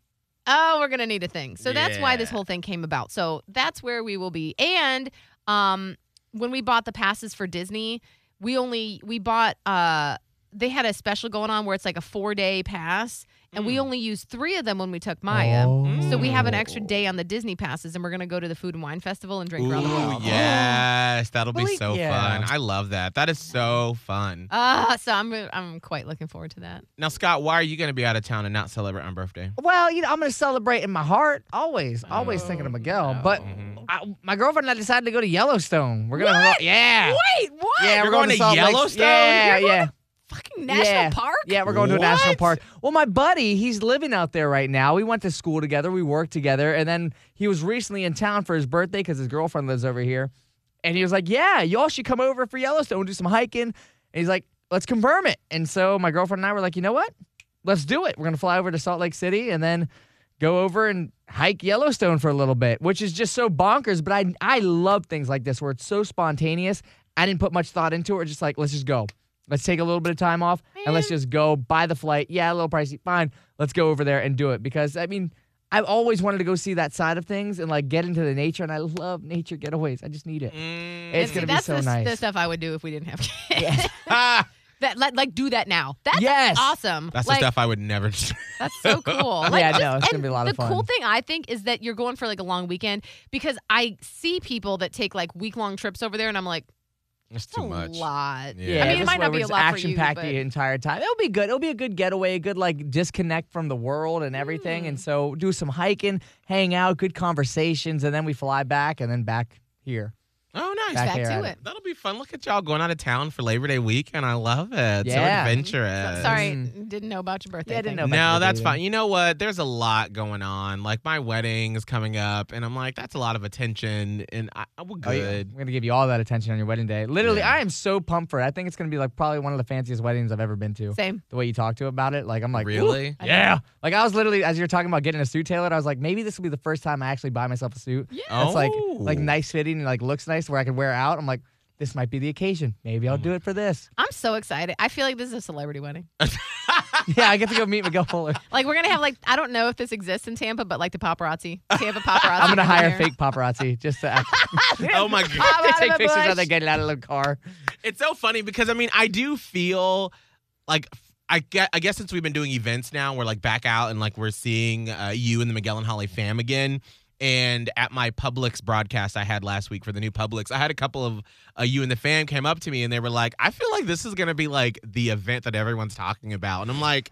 Speaker 5: oh, we're going to need a thing. So that's why this
Speaker 3: Yeah.
Speaker 5: whole thing came about. So that's where we will be. And um, when we bought the passes for Disney, we only, we bought, uh, they had a special going on where it's like a four day pass. And we
Speaker 3: Mm.
Speaker 5: only used three of them when we took Maya.
Speaker 4: Oh.
Speaker 5: So we have an extra day on the Disney passes, and we're gonna go to the Food and Wine Festival and drink around the
Speaker 3: Ooh,
Speaker 5: world.
Speaker 3: yes, that'll be
Speaker 4: Well,
Speaker 3: so
Speaker 4: yeah.
Speaker 3: fun. I love that. That is so fun.
Speaker 5: Uh, so I'm I'm quite looking forward to that.
Speaker 3: Now, Scott, why are you going to be out of town and not celebrate on birthday?
Speaker 4: Well, you know, I'm gonna celebrate in my heart, always, always thinking of Miguel. But
Speaker 3: Mhm.
Speaker 4: I, my girlfriend and I decided to go to Yellowstone. We're gonna, go, yeah,
Speaker 5: Wait, what?
Speaker 4: yeah,
Speaker 3: You're
Speaker 4: we're
Speaker 3: going to
Speaker 4: Salt Lake-
Speaker 3: Yellowstone?
Speaker 4: Yeah,
Speaker 5: You're going
Speaker 4: yeah.
Speaker 5: Fucking national
Speaker 4: Yeah.
Speaker 5: park?
Speaker 4: Yeah, we're going to a national
Speaker 3: What?
Speaker 4: park. Well, my buddy, he's living out there right now. We went to school together, we worked together, and then he was recently in town for his birthday because his girlfriend lives over here. And he was like, Yeah, y'all should come over for Yellowstone, we'll do some hiking. And he's like, Let's confirm it. And so my girlfriend and I were like, You know what? Let's do it. We're going to fly over to Salt Lake City and then go over and hike Yellowstone for a little bit, which is just so bonkers. But I, I love things like this where it's so spontaneous. I didn't put much thought into it. We're just like, Let's just go. Let's take a little bit of time off and let's
Speaker 5: Man.
Speaker 4: just go buy the flight. Yeah, a little pricey. Fine. Let's go over there and do it because I mean, I've always wanted to go see that side of things and like get into the nature and I love nature getaways. I just need it.
Speaker 3: Mm.
Speaker 4: It's
Speaker 5: See,
Speaker 4: gonna be
Speaker 5: that's
Speaker 4: so
Speaker 5: the,
Speaker 4: nice.
Speaker 5: the stuff I would do if we didn't have kids.
Speaker 4: Yeah.
Speaker 3: Ah,
Speaker 5: that like, like do that now. That's
Speaker 4: Yes.
Speaker 5: awesome.
Speaker 3: that's
Speaker 5: like,
Speaker 3: the stuff I would never do.
Speaker 5: That's so cool. Like,
Speaker 4: Yeah, no,
Speaker 5: just-
Speaker 4: it's gonna
Speaker 5: and
Speaker 4: be a lot of
Speaker 5: The cool
Speaker 4: fun.
Speaker 5: thing I think is that you're going for like a long weekend because I see people that take like week long trips over there, and I'm like,
Speaker 3: It's
Speaker 5: it's
Speaker 3: too
Speaker 5: a
Speaker 3: much.
Speaker 5: lot.
Speaker 3: Yeah.
Speaker 5: I mean,
Speaker 4: this
Speaker 5: it might
Speaker 4: way we're
Speaker 5: not be a
Speaker 4: just
Speaker 5: lot for
Speaker 4: action
Speaker 5: you,
Speaker 4: packed
Speaker 5: but
Speaker 4: the entire time. It'll be good. It'll be a good getaway, a good like disconnect from the world and everything.
Speaker 5: Mm.
Speaker 4: And so do some hiking, hang out, good conversations, and then we fly back and then back here.
Speaker 3: Oh, nice.
Speaker 4: Back
Speaker 5: back
Speaker 4: here at
Speaker 5: to
Speaker 4: it.
Speaker 5: it.
Speaker 3: That'll be fun. Look at y'all going out of town for Labor Day weekend. I love it.
Speaker 4: Yeah.
Speaker 3: So adventurous.
Speaker 5: Sorry, didn't know about your birthday.
Speaker 4: Yeah, I didn't
Speaker 5: thing.
Speaker 4: know about
Speaker 3: No,
Speaker 4: your
Speaker 3: that's
Speaker 4: birthday
Speaker 3: fine. You know what? There's a lot going on. Like my wedding is coming up, and I'm like, that's a lot of attention, and I, I we're
Speaker 4: Oh, yeah.
Speaker 3: good.
Speaker 4: I'm gonna give you all that attention on your wedding day. Literally,
Speaker 3: Yeah.
Speaker 4: I am so pumped for it. I think it's gonna be like probably one of the fanciest weddings I've ever been to.
Speaker 5: Same.
Speaker 4: The way you talk to about it, like I'm like, "Ooh."
Speaker 3: really?
Speaker 4: Yeah. Like I was literally as you were talking about getting a suit tailored, I was like, maybe this will be the first time I actually buy myself a suit. Yeah. It's like
Speaker 3: Oh.
Speaker 4: like nice fitting and like looks nice where I can wear it out. I'm like, this might be the occasion. Maybe
Speaker 3: Oh
Speaker 4: I'll do it for this.
Speaker 5: I'm so excited. I feel like this is a celebrity wedding.
Speaker 4: yeah, I get to go meet Miguel Fuller.
Speaker 5: Like we're gonna have like I don't know if this exists in Tampa, but like the paparazzi, Tampa paparazzi.
Speaker 4: I'm gonna hire
Speaker 5: here.
Speaker 4: fake paparazzi just to act.
Speaker 3: Oh my god.
Speaker 5: Pop
Speaker 4: to
Speaker 5: out
Speaker 4: take
Speaker 5: of the
Speaker 4: pictures
Speaker 5: bush.
Speaker 4: while they're getting out of the car.
Speaker 3: It's so funny because I mean, I do feel like I guess, I guess since we've been doing events now, we're like back out and like we're seeing uh, you and the Miguel and Holly fam again. And at my Publix broadcast I had last week for the new Publix, I had a couple of uh, you and the fam came up to me and they were like, "I feel like this is gonna be like the event that everyone's talking about," and I'm like,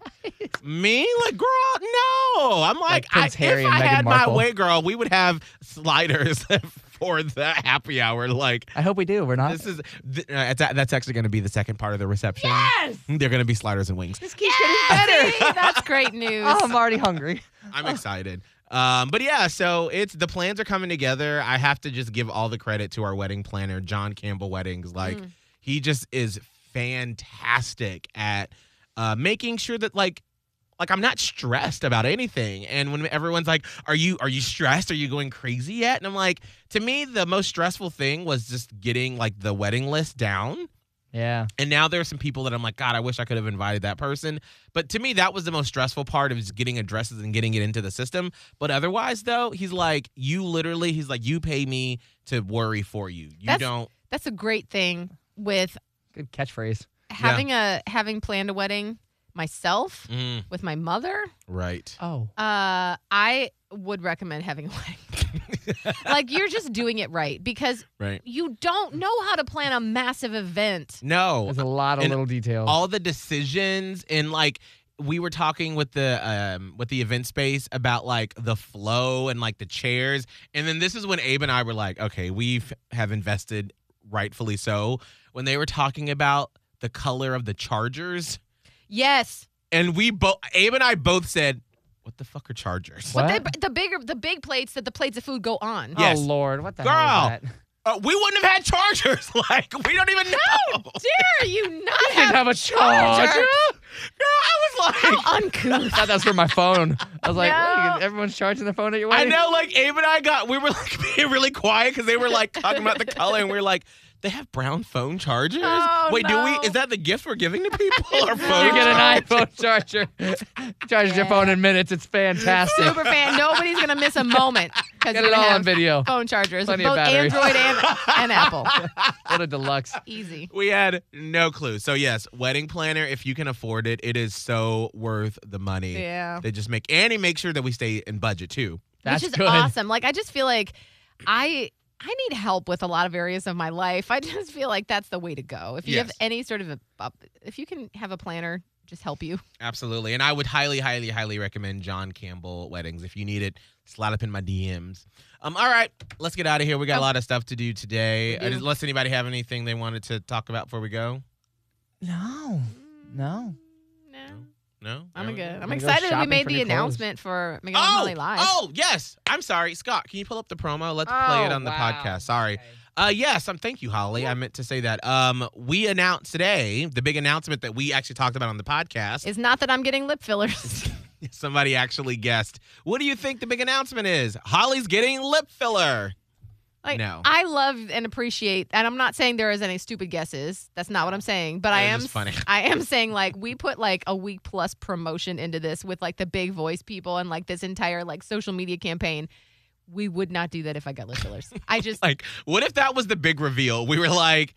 Speaker 3: "Me? Like, girl, no." I'm like,
Speaker 4: Like Prince
Speaker 3: I,
Speaker 4: Harry
Speaker 3: if
Speaker 4: and
Speaker 3: I
Speaker 4: Meghan
Speaker 3: had
Speaker 4: Markle.
Speaker 3: my way, girl, we would have sliders for the happy hour. Like,
Speaker 4: I hope we do. We're not.
Speaker 3: this is th- uh, it's a- that's actually going to be the second part of the reception. Yes, they're going to be sliders and wings.
Speaker 4: This keeps getting
Speaker 5: See, that's great news.
Speaker 4: Oh, I'm already hungry.
Speaker 3: I'm excited. Um, but yeah, so it's the plans are coming together. I have to just give all the credit to our wedding planner, John Campbell Weddings. Like he just is fantastic at uh, making sure that like like I'm not stressed about anything. And when everyone's like, "Are you are you stressed? Are you going crazy yet?" And I'm like, to me, the most stressful thing was just getting like the wedding list down
Speaker 4: Yeah.
Speaker 3: And now there are some people that I'm like, God, I wish I could have invited that person. But to me, that was the most stressful part of just getting addresses and getting it into the system. But otherwise, though, he's like, you literally, he's like, you pay me to worry for you. You
Speaker 5: That's-
Speaker 3: don't.
Speaker 5: That's a great thing with
Speaker 4: Good catchphrase.
Speaker 5: having a having planned a wedding myself
Speaker 3: Mm,
Speaker 5: with my mother.
Speaker 3: right.
Speaker 4: Oh.
Speaker 5: Uh, I would recommend having a wedding. like you're just doing it right because
Speaker 3: Right.
Speaker 5: you don't know how to plan a massive event.
Speaker 3: No.
Speaker 4: There's a lot of
Speaker 3: and
Speaker 4: little details.
Speaker 3: all the decisions and like we were talking with the um with the event space about like the flow and like the chairs and then this is when abe and i were like okay we have invested rightfully so when they were talking about the color of the chargers
Speaker 5: Yes,
Speaker 3: and we both abe and i both said what the fuck are chargers
Speaker 4: What?
Speaker 5: but the, the bigger the big plates that the plates of food go on.
Speaker 3: yes.
Speaker 4: Oh Lord, what the
Speaker 3: Girl.
Speaker 4: hell is that?
Speaker 3: Uh, we wouldn't have had chargers like we don't even know
Speaker 5: Dare you not
Speaker 4: Didn't
Speaker 5: have?
Speaker 4: have a charge.
Speaker 5: charger.
Speaker 3: Girl, i was like
Speaker 5: How uncouth.
Speaker 4: thought that's for my phone. I was like,
Speaker 5: No.
Speaker 4: "Wait, everyone's charging their phone at your
Speaker 3: I
Speaker 4: wedding.
Speaker 3: know, like Abe and I got, we were like being really quiet because they were like talking about the color, and we are like, they have brown phone chargers.
Speaker 5: Oh,
Speaker 3: Wait,
Speaker 5: no.
Speaker 3: do we? Is that the gift we're giving to people? Our phone
Speaker 4: You get
Speaker 3: chargers?
Speaker 4: an iPhone charger. Charges your phone in minutes. It's fantastic.
Speaker 5: super fan. Nobody's gonna miss a moment because
Speaker 4: Get it all on video.
Speaker 5: phone chargers,
Speaker 4: Plenty of
Speaker 5: both
Speaker 4: battery.
Speaker 5: Android and, and Apple.
Speaker 4: What a deluxe.
Speaker 5: Easy.
Speaker 3: We had no clue. So yes, wedding planner. If you can afford it, it is so worth the money.
Speaker 5: Yeah,
Speaker 3: They just make and he makes sure that we stay in budget too.
Speaker 4: That's
Speaker 5: which is
Speaker 4: good.
Speaker 5: awesome. Like I just feel like I I need help with a lot of areas of my life. I just feel like that's the way to go. If you have
Speaker 3: Yes.
Speaker 5: any sort of a, up- if you can have a planner, just help you.
Speaker 3: Absolutely. And I would highly, highly, highly recommend John Campbell Weddings. If you need it, slide up in my DMs. Um, all right, let's get out of here. We got a lot of stuff to do today.
Speaker 5: Oh. We do.
Speaker 3: Unless anybody have anything they wanted to talk about before we go?
Speaker 4: No. No.
Speaker 5: No.
Speaker 3: No?
Speaker 5: I'm good. I'm
Speaker 4: go
Speaker 5: excited that we
Speaker 4: shopping
Speaker 5: made
Speaker 4: for
Speaker 5: the
Speaker 4: new clothes.
Speaker 5: announcement for Megan
Speaker 3: Oh,
Speaker 5: Holly Live.
Speaker 3: oh, yes. I'm sorry. Scott, can you pull up the promo? Let's play
Speaker 5: Oh,
Speaker 3: it on the podcast. Sorry. Uh, yes, um, thank you, Holly. I meant to say that. Um, we announced today the big announcement that we actually talked about on the podcast.
Speaker 5: It's not that I'm getting lip fillers.
Speaker 3: Somebody actually guessed. What do you think the big announcement is? Holly's getting lip filler.
Speaker 5: Like
Speaker 3: No.
Speaker 5: I love and appreciate, and I'm not saying there is any stupid guesses. That's not what I'm saying. But I
Speaker 3: It was
Speaker 5: am
Speaker 3: just funny.
Speaker 5: I am saying like we put like a week plus promotion into this with like the big voice people and like this entire like social media campaign. We would not do that if I got lip fillers. I just
Speaker 3: Like, what if that was the big reveal? We were like,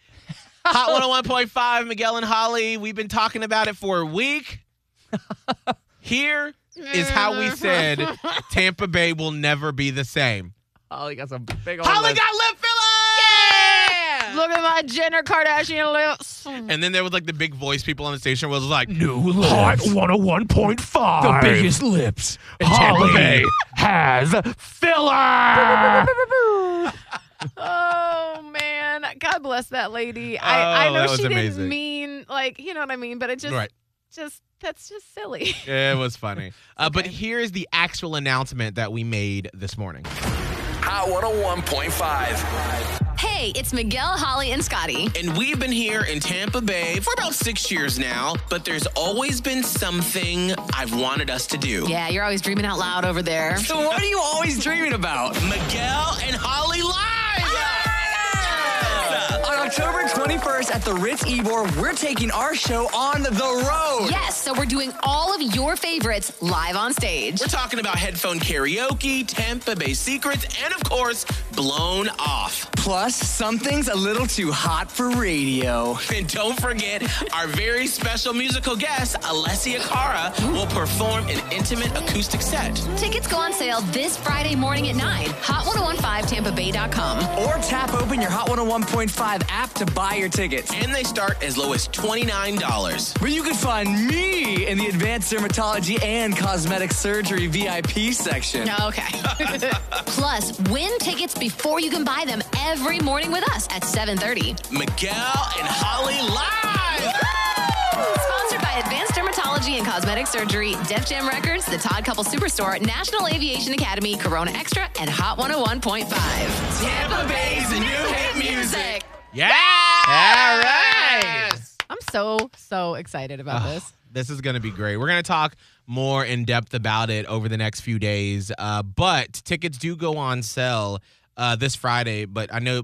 Speaker 3: Hot 101.5, Miguel and Holly, we've been talking about it for a week. Here is how we said Tampa Bay will never be the same.
Speaker 4: Holly Oh, got some big old.
Speaker 3: Holly
Speaker 4: lips.
Speaker 3: got lip filler!
Speaker 5: look at my Jenner Kardashian lips.
Speaker 3: And then there was like the big voice people on the station was like,
Speaker 6: New lips. Hot 101.5. The biggest lips. Holly has filler.
Speaker 5: Oh man, God bless that lady. I, I
Speaker 3: Oh,
Speaker 5: know
Speaker 3: that was
Speaker 5: she didn't
Speaker 3: amazing.
Speaker 5: mean like you know what I mean, but it just
Speaker 3: Right.
Speaker 5: just that's just silly.
Speaker 3: it was funny. Uh, But here's the actual announcement that we made this morning.
Speaker 2: Hot 101.5.
Speaker 1: Hey, it's Miguel, Holly, and Scotty.
Speaker 3: And we've been here in Tampa Bay for about six years now, but there's always been something I've wanted us to do.
Speaker 1: Yeah, you're always dreaming out loud over there.
Speaker 2: So, what are you always dreaming about?
Speaker 3: Miguel and Holly live.
Speaker 6: On October 21st at the Ritz Ebor, we're taking our show on the road.
Speaker 1: Yes, so we're doing all of your favorites live on stage.
Speaker 3: We're talking about headphone karaoke, Tampa Bay secrets, and of course, blown off.
Speaker 6: Plus, something's a little too hot for radio.
Speaker 3: And don't forget, our very special musical guest, Alessia Cara, will perform an intimate acoustic set.
Speaker 1: Tickets go on sale this Friday morning at 9. Hot1015tampabay.com.
Speaker 6: Or tap open your Hot 101.5 app to buy your tickets.
Speaker 3: And they start as low as $29.
Speaker 6: Where you can find me in the Advanced Dermatology and Cosmetic Surgery VIP section.
Speaker 1: Oh, Okay. Plus, win tickets before you can buy them every morning with us at 7:30.
Speaker 3: Miguel and Holly live.
Speaker 1: Sponsored by Advanced Dermatology and Cosmetic Surgery, Def Jam Records, the Todd Couple Superstore, National Aviation Academy, Corona Extra, and Hot 101.5.
Speaker 3: Tampa Bay's new Yeah.
Speaker 4: All right.
Speaker 5: I'm so so excited about
Speaker 3: Ah.
Speaker 5: this.
Speaker 3: This is going to be great. We're going to talk more in depth about it over the next few days. Uh, but tickets do go on sale uh, this Friday. But I know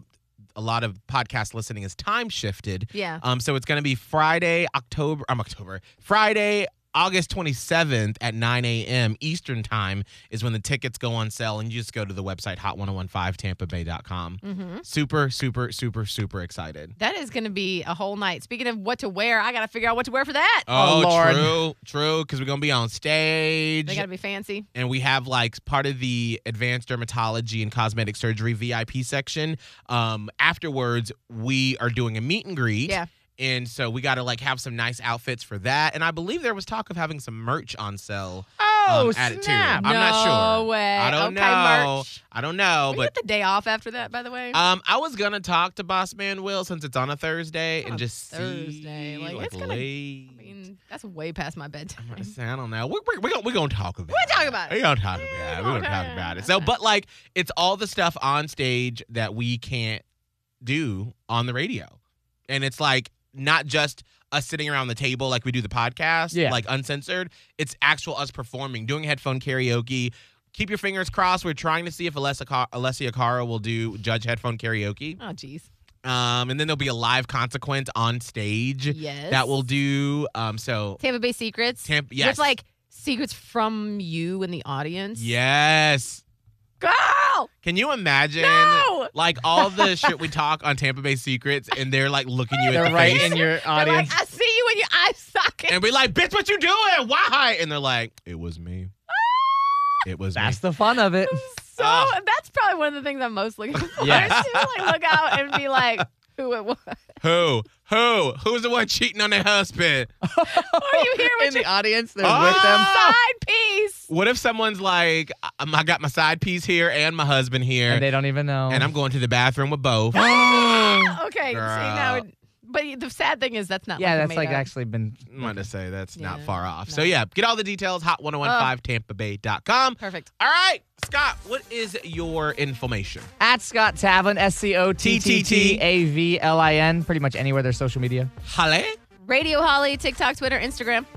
Speaker 3: a lot of podcast listening is time shifted.
Speaker 5: Yeah.
Speaker 3: Um, so it's going to be Friday, October, I'm October, Friday, August 27th at 9 a.m. Eastern Time is when the tickets go on sale. And you just go to the website, hot1015tampabay.com.
Speaker 5: Mm-hmm.
Speaker 3: Super, super, super, super excited.
Speaker 5: That is going to be a whole night. Speaking of what to wear, I got to figure out what to wear for that.
Speaker 4: Oh,
Speaker 3: Oh,
Speaker 4: Lord.
Speaker 3: true, true, because we're going to be on stage.
Speaker 5: They got to be fancy.
Speaker 3: and we have like part of the advanced dermatology and cosmetic surgery VIP section. Um, afterwards, we are doing a meet and greet.
Speaker 5: Yeah.
Speaker 3: And so we got to like have some nice outfits for that. And I believe there was talk of having some merch on sale.
Speaker 4: Oh,
Speaker 3: um, attitude.
Speaker 4: snap.
Speaker 3: I'm
Speaker 5: no
Speaker 3: not sure.
Speaker 5: way.
Speaker 3: I don't
Speaker 5: okay,
Speaker 3: know.
Speaker 5: Merch.
Speaker 3: I don't know,
Speaker 5: Are you
Speaker 3: but
Speaker 5: get the day off after that, by the way?
Speaker 3: um, I was gonna talk to Boss Man Will since it's on a Thursday
Speaker 5: On
Speaker 3: and just
Speaker 5: Thursday,
Speaker 3: see,
Speaker 5: like,
Speaker 3: like,
Speaker 5: it's gonna-
Speaker 3: late.
Speaker 5: I mean, that's way past my bedtime.
Speaker 3: I'm gonna say, I don't know. We're, we're, we're, gonna, we're gonna talk about
Speaker 5: We're
Speaker 3: it.
Speaker 5: talking Mm-hmm. about it.
Speaker 3: We're gonna talk about
Speaker 5: Yeah,
Speaker 3: it. We're gonna
Speaker 5: okay,
Speaker 3: talk
Speaker 5: yeah,
Speaker 3: about it.
Speaker 5: that's
Speaker 3: So,
Speaker 5: fine.
Speaker 3: but like, it's all the stuff on stage that we can't do on the radio. And it's like not just us sitting around the table like we do the podcast,
Speaker 4: Yeah.
Speaker 3: like uncensored. It's actual us performing, doing headphone karaoke. Keep your fingers crossed. We're trying to see if Alessia, Ca- Alessia Cara will do judge headphone karaoke.
Speaker 5: Oh, geez.
Speaker 3: Um, and then there'll be a live consequence on stage
Speaker 5: Yes.
Speaker 3: that will do. Um, so
Speaker 5: Tampa Bay Secrets.
Speaker 3: Tampa,
Speaker 5: With
Speaker 3: yes,
Speaker 5: like secrets from you in the audience.
Speaker 3: Yes.
Speaker 5: Girl!
Speaker 3: Can you imagine?
Speaker 5: No!
Speaker 3: Like all the shit we talk on Tampa Bay Secrets, and they're like looking you in
Speaker 4: They're
Speaker 3: the
Speaker 4: right
Speaker 3: face,
Speaker 4: in your
Speaker 5: They're
Speaker 4: audience.
Speaker 5: Like, "Ah, I see you in your eye socket.
Speaker 3: and we're like, "Bitch, what you doing? Why?" And they're like, "It was me. It was me."
Speaker 4: Ah!" That's the fun of it.
Speaker 5: so
Speaker 3: Ah.
Speaker 5: that's probably one of the things I'm most looking for.
Speaker 4: Yes.
Speaker 5: is to like look out and be like, who it was.
Speaker 3: Who? Who? Who's the one cheating on their husband?
Speaker 5: Are you here
Speaker 4: in
Speaker 5: with your
Speaker 4: the audience, they're
Speaker 3: Oh!
Speaker 4: with them.
Speaker 5: side piece?
Speaker 3: What if someone's like, "I- um, "I got my side piece here and my husband here,
Speaker 4: And they don't even know.
Speaker 3: and I'm going to the bathroom with both."
Speaker 5: Okay, see
Speaker 3: Girl.
Speaker 5: now, it- but the sad thing is that's not.
Speaker 4: yeah,
Speaker 5: like
Speaker 4: that's like
Speaker 5: made up.
Speaker 4: actually been.
Speaker 3: I'm going to say that's not
Speaker 5: Yeah,
Speaker 3: far off. So
Speaker 5: no.
Speaker 3: yeah, get all the details hot1015tampabay.com.
Speaker 5: perfect.
Speaker 3: All right, Scott, what is your information?
Speaker 4: At Scott Tavlin, S C O T T T A V L I N, pretty much anywhere there's social media.
Speaker 3: Hale.
Speaker 5: Radio Holly, TikTok, Twitter, Instagram.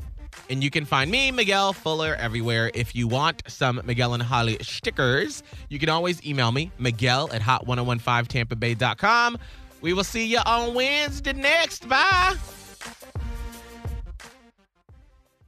Speaker 3: And you can find me, Miguel Fuller, everywhere. If you want some Miguel and Holly stickers, you can always email me, Miguel at hot1015tampabay.com. We will see you on Wednesday next. Bye.